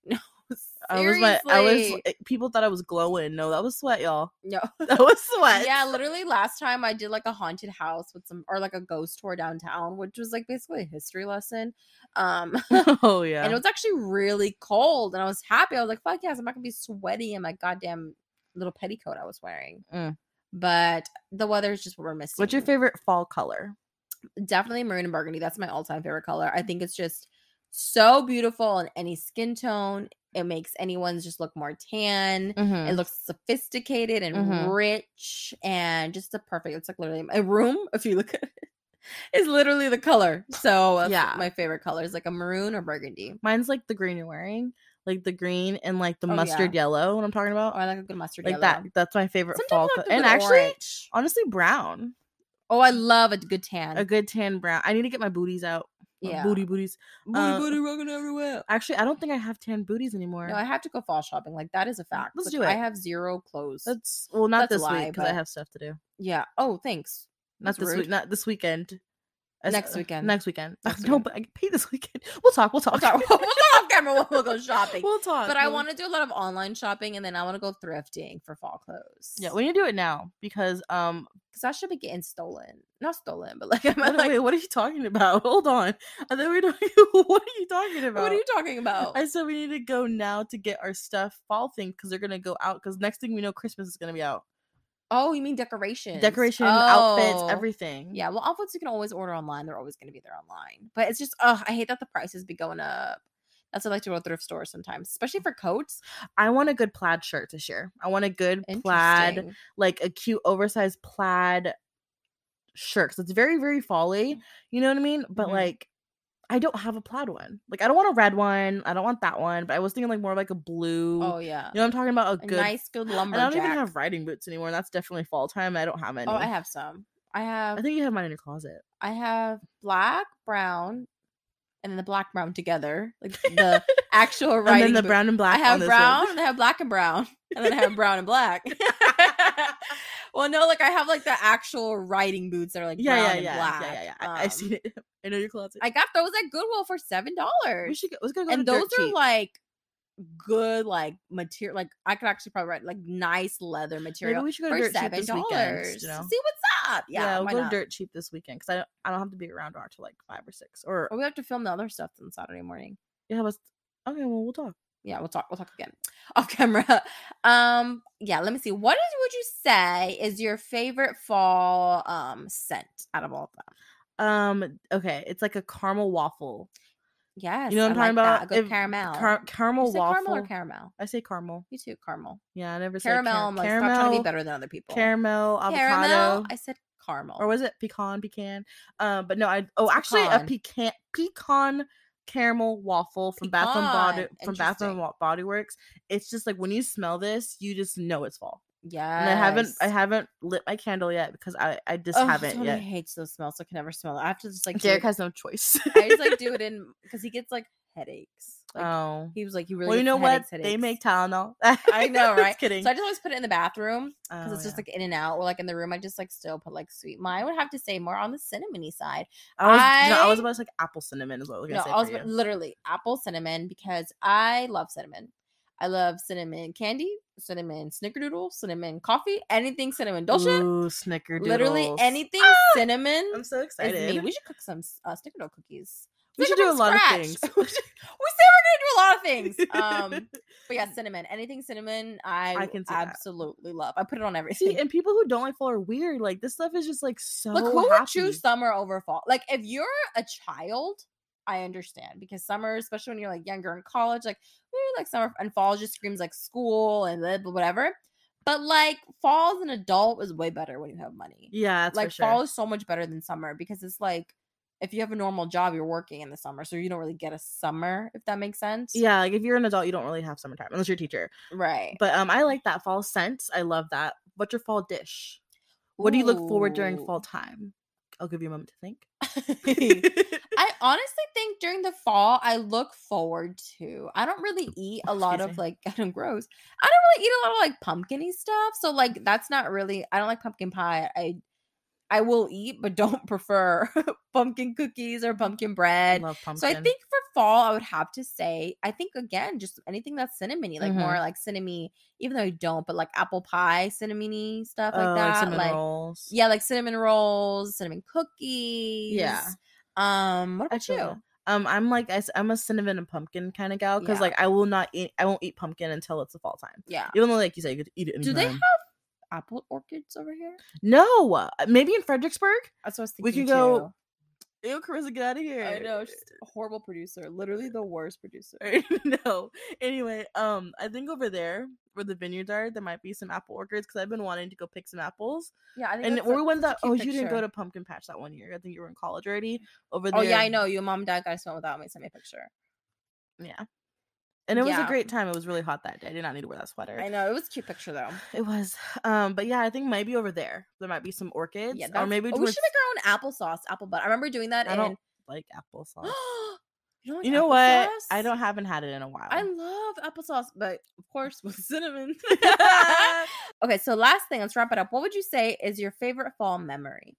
Speaker 2: I was
Speaker 1: Seriously,
Speaker 2: my I was eh, people thought I was glowing. No, that was sweat, y'all. (laughs)
Speaker 1: no. (laughs)
Speaker 2: That was sweat.
Speaker 1: Yeah, literally last time I did like a haunted house with some or like a ghost tour downtown, which was like basically a history lesson. Um
Speaker 2: (laughs) oh yeah.
Speaker 1: and it was actually really cold and i was happy i was like fuck yes i'm not gonna be sweaty in my goddamn little petticoat i was wearing
Speaker 2: Mm.
Speaker 1: but the weather is just what we're missing
Speaker 2: What's your favorite fall color?
Speaker 1: definitely maroon and burgundy that's my all-time favorite color i think it's just so beautiful in any skin tone it makes anyone's just look more tan
Speaker 2: Mm-hmm.
Speaker 1: it looks sophisticated and
Speaker 2: Mhm.
Speaker 1: rich and just the perfect it's like literally a room (laughs) if you look at it is literally the color so that's
Speaker 2: Yeah.
Speaker 1: my favorite color is like a maroon or burgundy
Speaker 2: Mine's like the green you're wearing, like the green and like the
Speaker 1: Oh,
Speaker 2: mustard yellow. What I'm talking
Speaker 1: oh
Speaker 2: about,
Speaker 1: i like a good mustard
Speaker 2: like
Speaker 1: yellow.
Speaker 2: that. That's my favorite
Speaker 1: Sometimes
Speaker 2: fall.
Speaker 1: I
Speaker 2: co-
Speaker 1: like a
Speaker 2: and
Speaker 1: good
Speaker 2: actually,
Speaker 1: orange.
Speaker 2: honestly, brown.
Speaker 1: oh, I love a good tan.
Speaker 2: A good tan brown. I need to get my booties out. My
Speaker 1: Yeah.
Speaker 2: Booty booties.
Speaker 1: Booty,
Speaker 2: Uh,
Speaker 1: booty, rocking everywhere.
Speaker 2: Actually, I don't think I have tan booties anymore.
Speaker 1: No, I have to go fall shopping. Like that is a fact.
Speaker 2: Let's
Speaker 1: Like,
Speaker 2: do
Speaker 1: I
Speaker 2: it.
Speaker 1: have zero clothes.
Speaker 2: that's well, not
Speaker 1: that's a
Speaker 2: this
Speaker 1: lie,
Speaker 2: week because I
Speaker 1: but-
Speaker 2: have stuff to do.
Speaker 1: yeah. Oh,
Speaker 2: (laughs)
Speaker 1: thanks.
Speaker 2: Not
Speaker 1: That's
Speaker 2: this week.
Speaker 1: rude.
Speaker 2: Not this weekend. I s-
Speaker 1: Next
Speaker 2: uh,
Speaker 1: weekend.
Speaker 2: Next weekend. (laughs)
Speaker 1: Next
Speaker 2: no,
Speaker 1: weekend.
Speaker 2: but I get paid this weekend. (laughs) We'll talk. We'll
Speaker 1: We'll
Speaker 2: talk.
Speaker 1: talk- (laughs) we'll go off camera. We'll, we'll go shopping.
Speaker 2: (laughs) We'll talk.
Speaker 1: but I
Speaker 2: we'll-
Speaker 1: want to do a lot of online shopping, and then I want to go thrifting for fall clothes.
Speaker 2: Yeah, we need to do it now because um.
Speaker 1: because I should be getting stolen. Not stolen, but like, (laughs) I'm
Speaker 2: What,
Speaker 1: like,
Speaker 2: wait, what are you talking about? (laughs) Hold on. I think we don't. (laughs) what are you talking about?
Speaker 1: what are you talking about?
Speaker 2: I said we need to go now to get our stuff fall thing because they're gonna go out because next thing we know Christmas is gonna be out.
Speaker 1: oh, you mean decorations,
Speaker 2: Decoration,
Speaker 1: Oh.
Speaker 2: outfits, everything.
Speaker 1: Yeah, well, outfits you can always order online. They're always going to be there online. But it's just, ugh, I hate that the prices be going up. That's why I like to go to thrift stores sometimes, especially for coats.
Speaker 2: I want a good plaid shirt this year. I want a good plaid,
Speaker 1: Interesting.
Speaker 2: like a cute oversized plaid shirt. 'cause it's very, very
Speaker 1: Mm.
Speaker 2: folly. You know what I mean? But
Speaker 1: Mhm.
Speaker 2: like I don't have a plaid one. Like I don't want a red one. I don't want that one. But I was thinking like more like a blue.
Speaker 1: Oh yeah,
Speaker 2: You know what I'm talking about? A
Speaker 1: a
Speaker 2: good
Speaker 1: nice good
Speaker 2: and I
Speaker 1: lumberjack.
Speaker 2: don't even have riding boots anymore. And that's definitely fall time. I don't have any.
Speaker 1: oh, I have some. I have
Speaker 2: I think you have mine in your closet.
Speaker 1: I have black, brown, and then the black brown together, like the
Speaker 2: (laughs)
Speaker 1: actual
Speaker 2: and
Speaker 1: writing.
Speaker 2: then the
Speaker 1: book.
Speaker 2: brown and black.
Speaker 1: I have
Speaker 2: on this
Speaker 1: brown,
Speaker 2: (laughs) one.
Speaker 1: and I have black and brown, and then I have brown and black.
Speaker 2: (laughs)
Speaker 1: (laughs) well, no, like I have like the actual writing boots that are like
Speaker 2: yeah,
Speaker 1: brown
Speaker 2: yeah, yeah,
Speaker 1: and black.
Speaker 2: yeah, yeah, yeah. I, I
Speaker 1: Um,
Speaker 2: seen it. (laughs) I know your closet.
Speaker 1: I got those at Goodwill for seven
Speaker 2: we
Speaker 1: dollars,
Speaker 2: should go, let's go. go
Speaker 1: and
Speaker 2: to
Speaker 1: those
Speaker 2: Dirt
Speaker 1: are
Speaker 2: Cheap.
Speaker 1: like good, like material. Like I could actually probably write like nice leather
Speaker 2: maybe
Speaker 1: material
Speaker 2: we should go to
Speaker 1: for
Speaker 2: dirt cheap
Speaker 1: seven
Speaker 2: this weekend.
Speaker 1: dollars.
Speaker 2: You know?
Speaker 1: See what's up? Yeah,
Speaker 2: we'll
Speaker 1: why
Speaker 2: go
Speaker 1: not?
Speaker 2: to dirt cheap this weekend because I don't, I don't have to be around until like five or six or
Speaker 1: Or we have to film the other stuff on Saturday morning.
Speaker 2: yeah. But, okay, well we'll talk.
Speaker 1: Yeah, we'll talk. We'll talk again (laughs) off camera. Um, yeah. Let me see. What is, would you say is your favorite fall um scent out of all of them?
Speaker 2: Um, okay, it's like a caramel waffel,
Speaker 1: Yes,
Speaker 2: know what
Speaker 1: I like
Speaker 2: I'm talking
Speaker 1: that.
Speaker 2: about?
Speaker 1: A good
Speaker 2: If
Speaker 1: caramel.
Speaker 2: Car-
Speaker 1: You
Speaker 2: caramel
Speaker 1: say
Speaker 2: waffle.
Speaker 1: caramel or caramel?
Speaker 2: I say caramel.
Speaker 1: You too, caramel.
Speaker 2: Yeah, I never
Speaker 1: Caramel. I'm
Speaker 2: say
Speaker 1: like,
Speaker 2: car-
Speaker 1: stop trying to
Speaker 2: caramel.
Speaker 1: be better than other people.
Speaker 2: Caramel, avocado,
Speaker 1: Caramel. I said caramel.
Speaker 2: or was it pecan? Pecan. Um, but no, I oh
Speaker 1: It's
Speaker 2: actually a pecan pecan caramel waffle from Bath and Body
Speaker 1: Pecan.
Speaker 2: from Bath and
Speaker 1: Interesting.
Speaker 2: Wa- Body Works. It's just like when you smell this, you just know it's fall.
Speaker 1: yeah.
Speaker 2: And I haven't I haven't lit my candle yet because I I just haven't
Speaker 1: Oh, Tony
Speaker 2: yet. (laughs)
Speaker 1: hates those smells. I can never smell it. I have to just like. do
Speaker 2: Derek
Speaker 1: it-
Speaker 2: has no choice. (laughs)
Speaker 1: I just like do it in because he gets like headaches. Like,
Speaker 2: oh.
Speaker 1: He was like, he really.
Speaker 2: well, you
Speaker 1: gets
Speaker 2: know what?
Speaker 1: headaches,
Speaker 2: They
Speaker 1: headaches.
Speaker 2: make (laughs) Tylenol.
Speaker 1: I know, right?
Speaker 2: just kidding.
Speaker 1: So I just always put it in the bathroom because
Speaker 2: Oh,
Speaker 1: it's just
Speaker 2: yeah.
Speaker 1: like in and out, or like in the room. I just like still put like sweet. Mine would have to say more on the cinnamony side.
Speaker 2: I was no, I was
Speaker 1: I-
Speaker 2: about to say, like apple cinnamon is what I was
Speaker 1: No,
Speaker 2: gonna
Speaker 1: I was
Speaker 2: say. for you.
Speaker 1: literally apple cinnamon because I love cinnamon. I love cinnamon candy, cinnamon snickerdoodle, cinnamon coffee, anything cinnamon dolce.
Speaker 2: Ooh, Ah! snickerdoodles.
Speaker 1: Literally anything cinnamon.
Speaker 2: I'm so
Speaker 1: is me.
Speaker 2: excited.
Speaker 1: We should cook some s- uh, snickerdoodle cookies.
Speaker 2: We
Speaker 1: Make
Speaker 2: should
Speaker 1: them
Speaker 2: do a
Speaker 1: from
Speaker 2: lot of
Speaker 1: scratch.
Speaker 2: things.
Speaker 1: (laughs) we say we're gonna do a lot of things. Um, but yeah, cinnamon. Anything cinnamon, I,
Speaker 2: I can see that.
Speaker 1: absolutely love. I put it on everything.
Speaker 2: (laughs) See, and people who don't like fall are weird. Like this stuff is just like so.
Speaker 1: Like, who
Speaker 2: happy.
Speaker 1: would choose summer over fall? Like, if you're a child, I understand because summer, especially when you're like younger in college, like we like summer and fall just screams like school and blah, blah, whatever. But like fall as an adult is way better when you have money.
Speaker 2: Yeah, that's
Speaker 1: like
Speaker 2: for sure.
Speaker 1: fall is so much better than summer because it's like if you have a normal job, you're working in the summer, so you don't really get a summer if that makes sense.
Speaker 2: Yeah, like if you're an adult, you don't really have summertime unless you're a teacher.
Speaker 1: right.
Speaker 2: But um, I like that fall scent. I love that. What's your fall dish? What do you look forward during
Speaker 1: Ooh.
Speaker 2: fall time? I'll give you a moment to
Speaker 1: (laughs)
Speaker 2: think. (laughs)
Speaker 1: I honestly think during the fall, I look forward to. I don't really eat a lot
Speaker 2: Excuse
Speaker 1: of
Speaker 2: me.
Speaker 1: like (laughs) I don't gross. I don't really eat a lot of like pumpkiny stuff. So like that's not really. I don't like pumpkin pie. I I will eat, but don't (laughs) prefer pumpkin cookies or pumpkin bread.
Speaker 2: love pumpkin.
Speaker 1: So I think for fall, I would have to say, I think again, just anything that's cinnamony, like
Speaker 2: Mhm.
Speaker 1: more like cinnamony, even though I don't, but like apple pie, cinnamony stuff like
Speaker 2: Oh,
Speaker 1: that.
Speaker 2: cinnamon
Speaker 1: Like,
Speaker 2: rolls.
Speaker 1: yeah, like cinnamon rolls, cinnamon cookies. Um, what
Speaker 2: I
Speaker 1: about
Speaker 2: feel
Speaker 1: you?
Speaker 2: that. Um, I'm like I, am a cinnamon and pumpkin kind of gal because
Speaker 1: Yeah.
Speaker 2: like I will not eat. I won't eat pumpkin until it's the fall time.
Speaker 1: Yeah.
Speaker 2: Even though like you said, you could eat it.
Speaker 1: Do they
Speaker 2: anytime.
Speaker 1: have apple orchids over here?
Speaker 2: No, uh, maybe in Fredericksburg.
Speaker 1: That's what I was
Speaker 2: We
Speaker 1: thinking.
Speaker 2: can go- Ew, Carissa, get out of
Speaker 1: too.
Speaker 2: here.
Speaker 1: I know she's a horrible producer, literally the worst producer.
Speaker 2: (laughs) no. Anyway, um, I think over there where the vineyards are, there might be some apple orchards because I've been wanting to go pick some apples.
Speaker 1: Yeah, I think
Speaker 2: And
Speaker 1: that's
Speaker 2: where
Speaker 1: a-
Speaker 2: we went that
Speaker 1: that's a
Speaker 2: oh,
Speaker 1: cute
Speaker 2: you didn't go
Speaker 1: picture.
Speaker 2: to Pumpkin Patch that one year. I think you were in college already. Over there.
Speaker 1: Oh yeah, I know. Your mom and dad guys went without me. Send me a picture.
Speaker 2: Yeah. And it was
Speaker 1: Yeah.
Speaker 2: a great time. It was really hot that day. I did not need to wear that sweater.
Speaker 1: I know it was a cute picture though.
Speaker 2: It was. Um, but yeah, I think maybe over there there might be some orchids.
Speaker 1: Yeah,
Speaker 2: or
Speaker 1: that's-
Speaker 2: maybe
Speaker 1: oh, we
Speaker 2: towards-
Speaker 1: should make our own applesauce, apple butter. I remember doing that
Speaker 2: I
Speaker 1: in
Speaker 2: don't- like
Speaker 1: (gasps)
Speaker 2: applesauce.
Speaker 1: you
Speaker 2: you know what? I
Speaker 1: I
Speaker 2: don't haven't had it in a while.
Speaker 1: I love applesauce, but of course (laughs) with
Speaker 2: (laughs)
Speaker 1: cinnamon. okay, so last thing, let's wrap it up. What would you say is your favorite fall memory?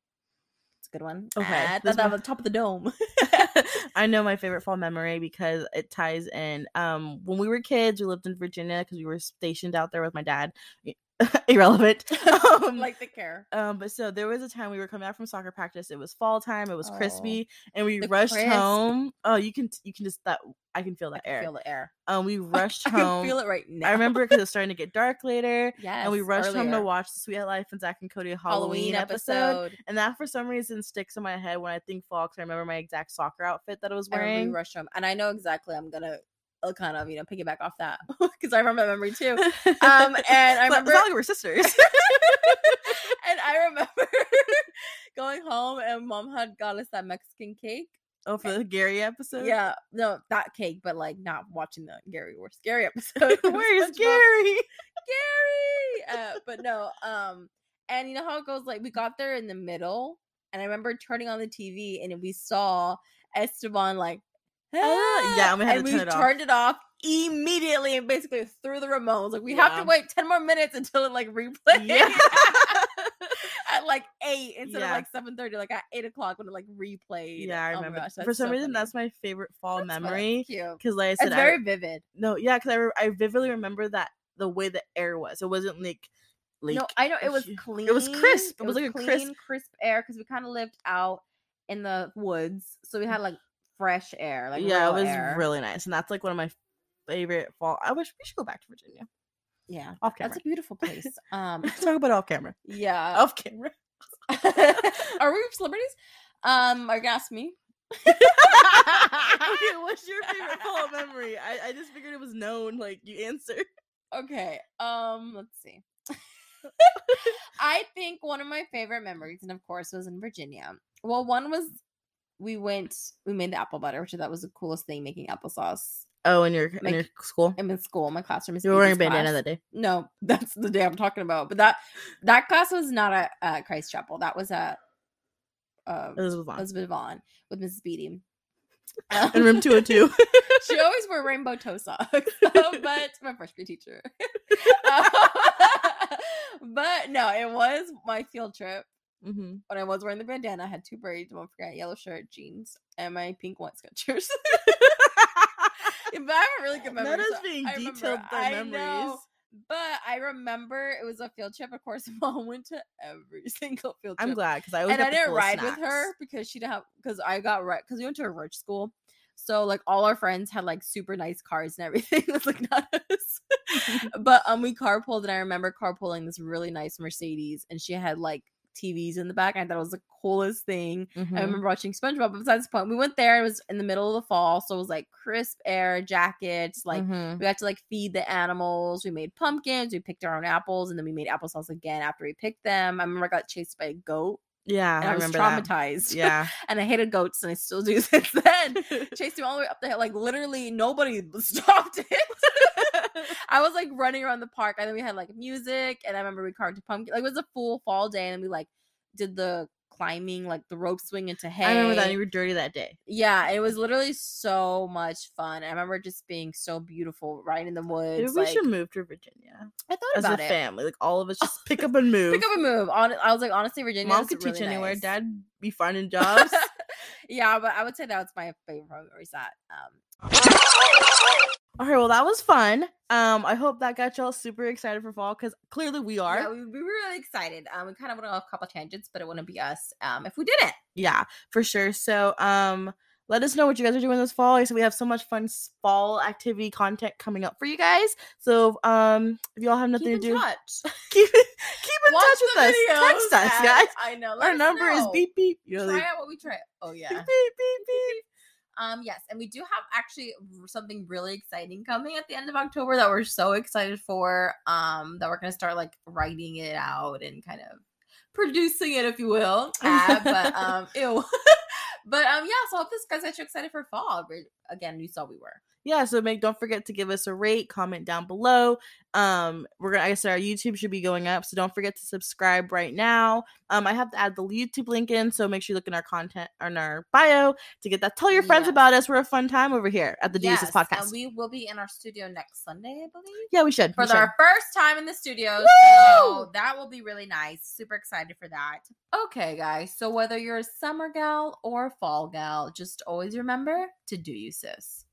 Speaker 1: It's a good one.
Speaker 2: Okay,
Speaker 1: Ah, I
Speaker 2: this
Speaker 1: thought that
Speaker 2: one-
Speaker 1: was top of the
Speaker 2: (laughs)
Speaker 1: dome. (laughs)
Speaker 2: I know my favorite fall memory because it ties in. Um, when we were kids, we lived in Virginia because we were stationed out there with my dad. (laughs)
Speaker 1: (laughs)
Speaker 2: Irrelevant. Um,
Speaker 1: like the care.
Speaker 2: Um, but so there was a time we were coming out from soccer practice. It was fall time. It was
Speaker 1: Oh,
Speaker 2: crispy, and we
Speaker 1: the
Speaker 2: rushed
Speaker 1: crisp.
Speaker 2: home. Oh, you can you can just that I can feel that air.
Speaker 1: Feel the air.
Speaker 2: Um, we rushed
Speaker 1: (laughs) I
Speaker 2: home.
Speaker 1: can feel it right now.
Speaker 2: I remember because it was starting to get dark later,
Speaker 1: Yes.
Speaker 2: and we rushed home to
Speaker 1: earlier.
Speaker 2: watch the Sweet Life and Zach and Cody Halloween,
Speaker 1: Halloween
Speaker 2: episode.
Speaker 1: episode.
Speaker 2: And that for some reason sticks in my head when I think fall because I remember my exact soccer outfit that I was
Speaker 1: I remember
Speaker 2: (laughs) wearing.
Speaker 1: we rushed home, and I know exactly. I'm gonna uh, kind of you know piggyback off that (laughs) because I remember that memory too. Um, and I
Speaker 2: It's not- it's
Speaker 1: remember
Speaker 2: not like we're
Speaker 1: (laughs)
Speaker 2: sisters. (laughs)
Speaker 1: and I remember (laughs) going home and mom had got us that Mexican cake.
Speaker 2: oh, for the Gary episode.
Speaker 1: yeah, no, that cake, but like not watching the Gary or scary episode. (laughs) of
Speaker 2: (laughs) where is
Speaker 1: SpongeBob. (laughs)
Speaker 2: Gary?
Speaker 1: Gary? Uh, but no, um, and you know how it goes. Like we got there in the middle, and I remember turning on the TV and we saw Esteban like.
Speaker 2: Ah, yeah, and we had to turn it off.
Speaker 1: turned it off immediately and basically threw the remotes. Like we have
Speaker 2: Yeah.
Speaker 1: to wait ten more minutes until it like replays. (laughs) at like eight instead
Speaker 2: Yeah.
Speaker 1: of like seven thirty, like at eight o'clock when it like replayed.
Speaker 2: Yeah, I
Speaker 1: Oh my
Speaker 2: remember.
Speaker 1: gosh,
Speaker 2: For
Speaker 1: that's
Speaker 2: some
Speaker 1: so funny.
Speaker 2: reason, that's my favorite fall
Speaker 1: That's fun,
Speaker 2: memory.
Speaker 1: Cute.
Speaker 2: Because, like I said,
Speaker 1: It's
Speaker 2: I-
Speaker 1: very vivid.
Speaker 2: no, yeah, because I, re- I vividly remember that the way the air was. It wasn't like, like
Speaker 1: No, I know it was
Speaker 2: It
Speaker 1: clean.
Speaker 2: was crisp. It was like a
Speaker 1: clean,
Speaker 2: crisp-
Speaker 1: crisp air because we kind of lived out in the woods, so we had like fresh air. Like
Speaker 2: yeah,
Speaker 1: real
Speaker 2: it was
Speaker 1: air.
Speaker 2: really nice, and that's like one of my favorite fall. I wish we should go back to Virginia
Speaker 1: Yeah,
Speaker 2: off camera.
Speaker 1: that's a beautiful place.
Speaker 2: (laughs)
Speaker 1: Um,
Speaker 2: Talk about it off camera.
Speaker 1: yeah.
Speaker 2: off camera. Oh.
Speaker 1: (laughs) Are we celebrities? Um, or ask me.
Speaker 2: (laughs)
Speaker 1: (laughs)
Speaker 2: okay, what's your favorite fall memory? I, I just figured it was known. Like you answer.
Speaker 1: Okay. Um, let's
Speaker 2: (laughs)
Speaker 1: see. I think one of my favorite memories, and of course, was in Virginia. Well, one was we went, we made the apple butter, which I thought was the coolest thing making applesauce.
Speaker 2: Oh, in your
Speaker 1: Like, your
Speaker 2: school,
Speaker 1: I'm in school, my classroom is
Speaker 2: you were wearing a
Speaker 1: PG's
Speaker 2: bandana
Speaker 1: class.
Speaker 2: that day.
Speaker 1: No, (laughs) that's the day I'm talking about. But that that class was not at uh, Christ Chapel. That was at uh,
Speaker 2: It was fun.
Speaker 1: Elizabeth Vaughn with Mrs.
Speaker 2: (laughs)
Speaker 1: Beatty. Um,
Speaker 2: In room two hundred (laughs) two.
Speaker 1: (laughs) she always wore rainbow toe socks, (laughs)
Speaker 2: (laughs)
Speaker 1: but my first grade teacher. (laughs) Um, but no, it was my field trip
Speaker 2: mm-hmm.
Speaker 1: when I was wearing the bandana. I had two braids, don't forget, yellow shirt, jeans, and my pink white Skechers. (laughs) but I have a really good memory.
Speaker 2: Not us
Speaker 1: so
Speaker 2: being
Speaker 1: I remember-
Speaker 2: detailed
Speaker 1: I
Speaker 2: their memories.
Speaker 1: know, but I remember it was a field trip. Of course, (laughs) mom went to every single field trip
Speaker 2: I'm glad because I always
Speaker 1: and
Speaker 2: got
Speaker 1: I
Speaker 2: the
Speaker 1: didn't
Speaker 2: coolest
Speaker 1: ride with her
Speaker 2: snacks.
Speaker 1: because she didn't have because I got right because we went to a rich school. So like all our friends had like super nice cars and everything. (laughs) It was like not
Speaker 2: (laughs)
Speaker 1: us. but um we carpooled and I remember carpooling this really nice Mercedes and she had like TVs in the back. I thought it was the coolest thing.
Speaker 2: Mm-hmm.
Speaker 1: I remember watching SpongeBob. But besides the point, we went there. It was in the middle of the fall, so it was like crisp air, jackets, like
Speaker 2: Mhm.
Speaker 1: we had to like feed the animals. We made pumpkins. We picked our own apples, and then we made applesauce again after we picked them. I remember I got chased by a goat
Speaker 2: yeah,
Speaker 1: and
Speaker 2: I,
Speaker 1: I, was
Speaker 2: remember that.
Speaker 1: traumatized.
Speaker 2: (laughs) Yeah,
Speaker 1: and I hated goats, and I still do (laughs) since then. Chased him all the way up the hill. Like literally, nobody (laughs) stopped
Speaker 2: (laughs)
Speaker 1: it. I was like running around the park, and then we had like music, and I remember we carved a pumpkin. Like it was a full fall day, and then we like did the climbing, like the rope swing into hay.
Speaker 2: I remember that you were dirty that day.
Speaker 1: yeah, it was literally so much fun. I remember it just being so beautiful, right in the woods.
Speaker 2: Maybe we
Speaker 1: like-
Speaker 2: should move to Virginia
Speaker 1: I thought
Speaker 2: as a
Speaker 1: about it.
Speaker 2: family. Like all (laughs) of us just pick up and move.
Speaker 1: Pick up and move. On, I was like, honestly, Virginia.
Speaker 2: Mom
Speaker 1: is
Speaker 2: could
Speaker 1: really
Speaker 2: teach anywhere.
Speaker 1: nice.
Speaker 2: Dad be (laughs) finding jobs.
Speaker 1: (laughs) yeah, but I would say that was my favorite memory set. Um,
Speaker 2: all right, well that was fun. Um, I hope that got y'all super excited for fall because clearly we are.
Speaker 1: Yeah, we, we were really excited. Um, we kind of went on a couple tangents, but it wouldn't be us um, if we didn't.
Speaker 2: yeah for sure so um let us know what you guys are doing this fall so we have so much fun s- fall activity content coming up for you guys so um if y'all have nothing
Speaker 1: Keep
Speaker 2: to
Speaker 1: in
Speaker 2: do
Speaker 1: touch.
Speaker 2: keep keep in
Speaker 1: Watch
Speaker 2: touch with
Speaker 1: the
Speaker 2: us
Speaker 1: videos
Speaker 2: text us
Speaker 1: and-
Speaker 2: guys
Speaker 1: I know. let
Speaker 2: (laughs) our
Speaker 1: us
Speaker 2: number is
Speaker 1: know.
Speaker 2: beep beep you know,
Speaker 1: Try
Speaker 2: like,
Speaker 1: out what we try. Oh yeah.
Speaker 2: beep beep beep beep
Speaker 1: Um. Yes, and we do have actually r- something really exciting coming at the end of October that we're so excited for. Um. That we're gonna start like writing it out and kind of producing it, if you
Speaker 2: (laughs)
Speaker 1: (laughs) will. Uh, but um. Ew. but um. Yeah. So I hope this guys got you excited for fall. We're again, you saw we were.
Speaker 2: yeah so make don't forget to give us a rate comment down below um we're gonna like i said our youtube should be going up so don't forget to subscribe right now um i have to add the youtube link in so make sure you look in our content on our bio to get that tell your friends
Speaker 1: Yes.
Speaker 2: about us we're a fun time over here at the
Speaker 1: Yes,
Speaker 2: Deuces podcast
Speaker 1: And we will be in our studio next Sunday, I believe.
Speaker 2: yeah we should
Speaker 1: For
Speaker 2: we
Speaker 1: the-
Speaker 2: should.
Speaker 1: our first time in the studio.
Speaker 2: Woo!
Speaker 1: So that will be really nice. Super excited for that. Okay, guys. So whether you're a summer gal or a fall gal, just always remember to do you, sis.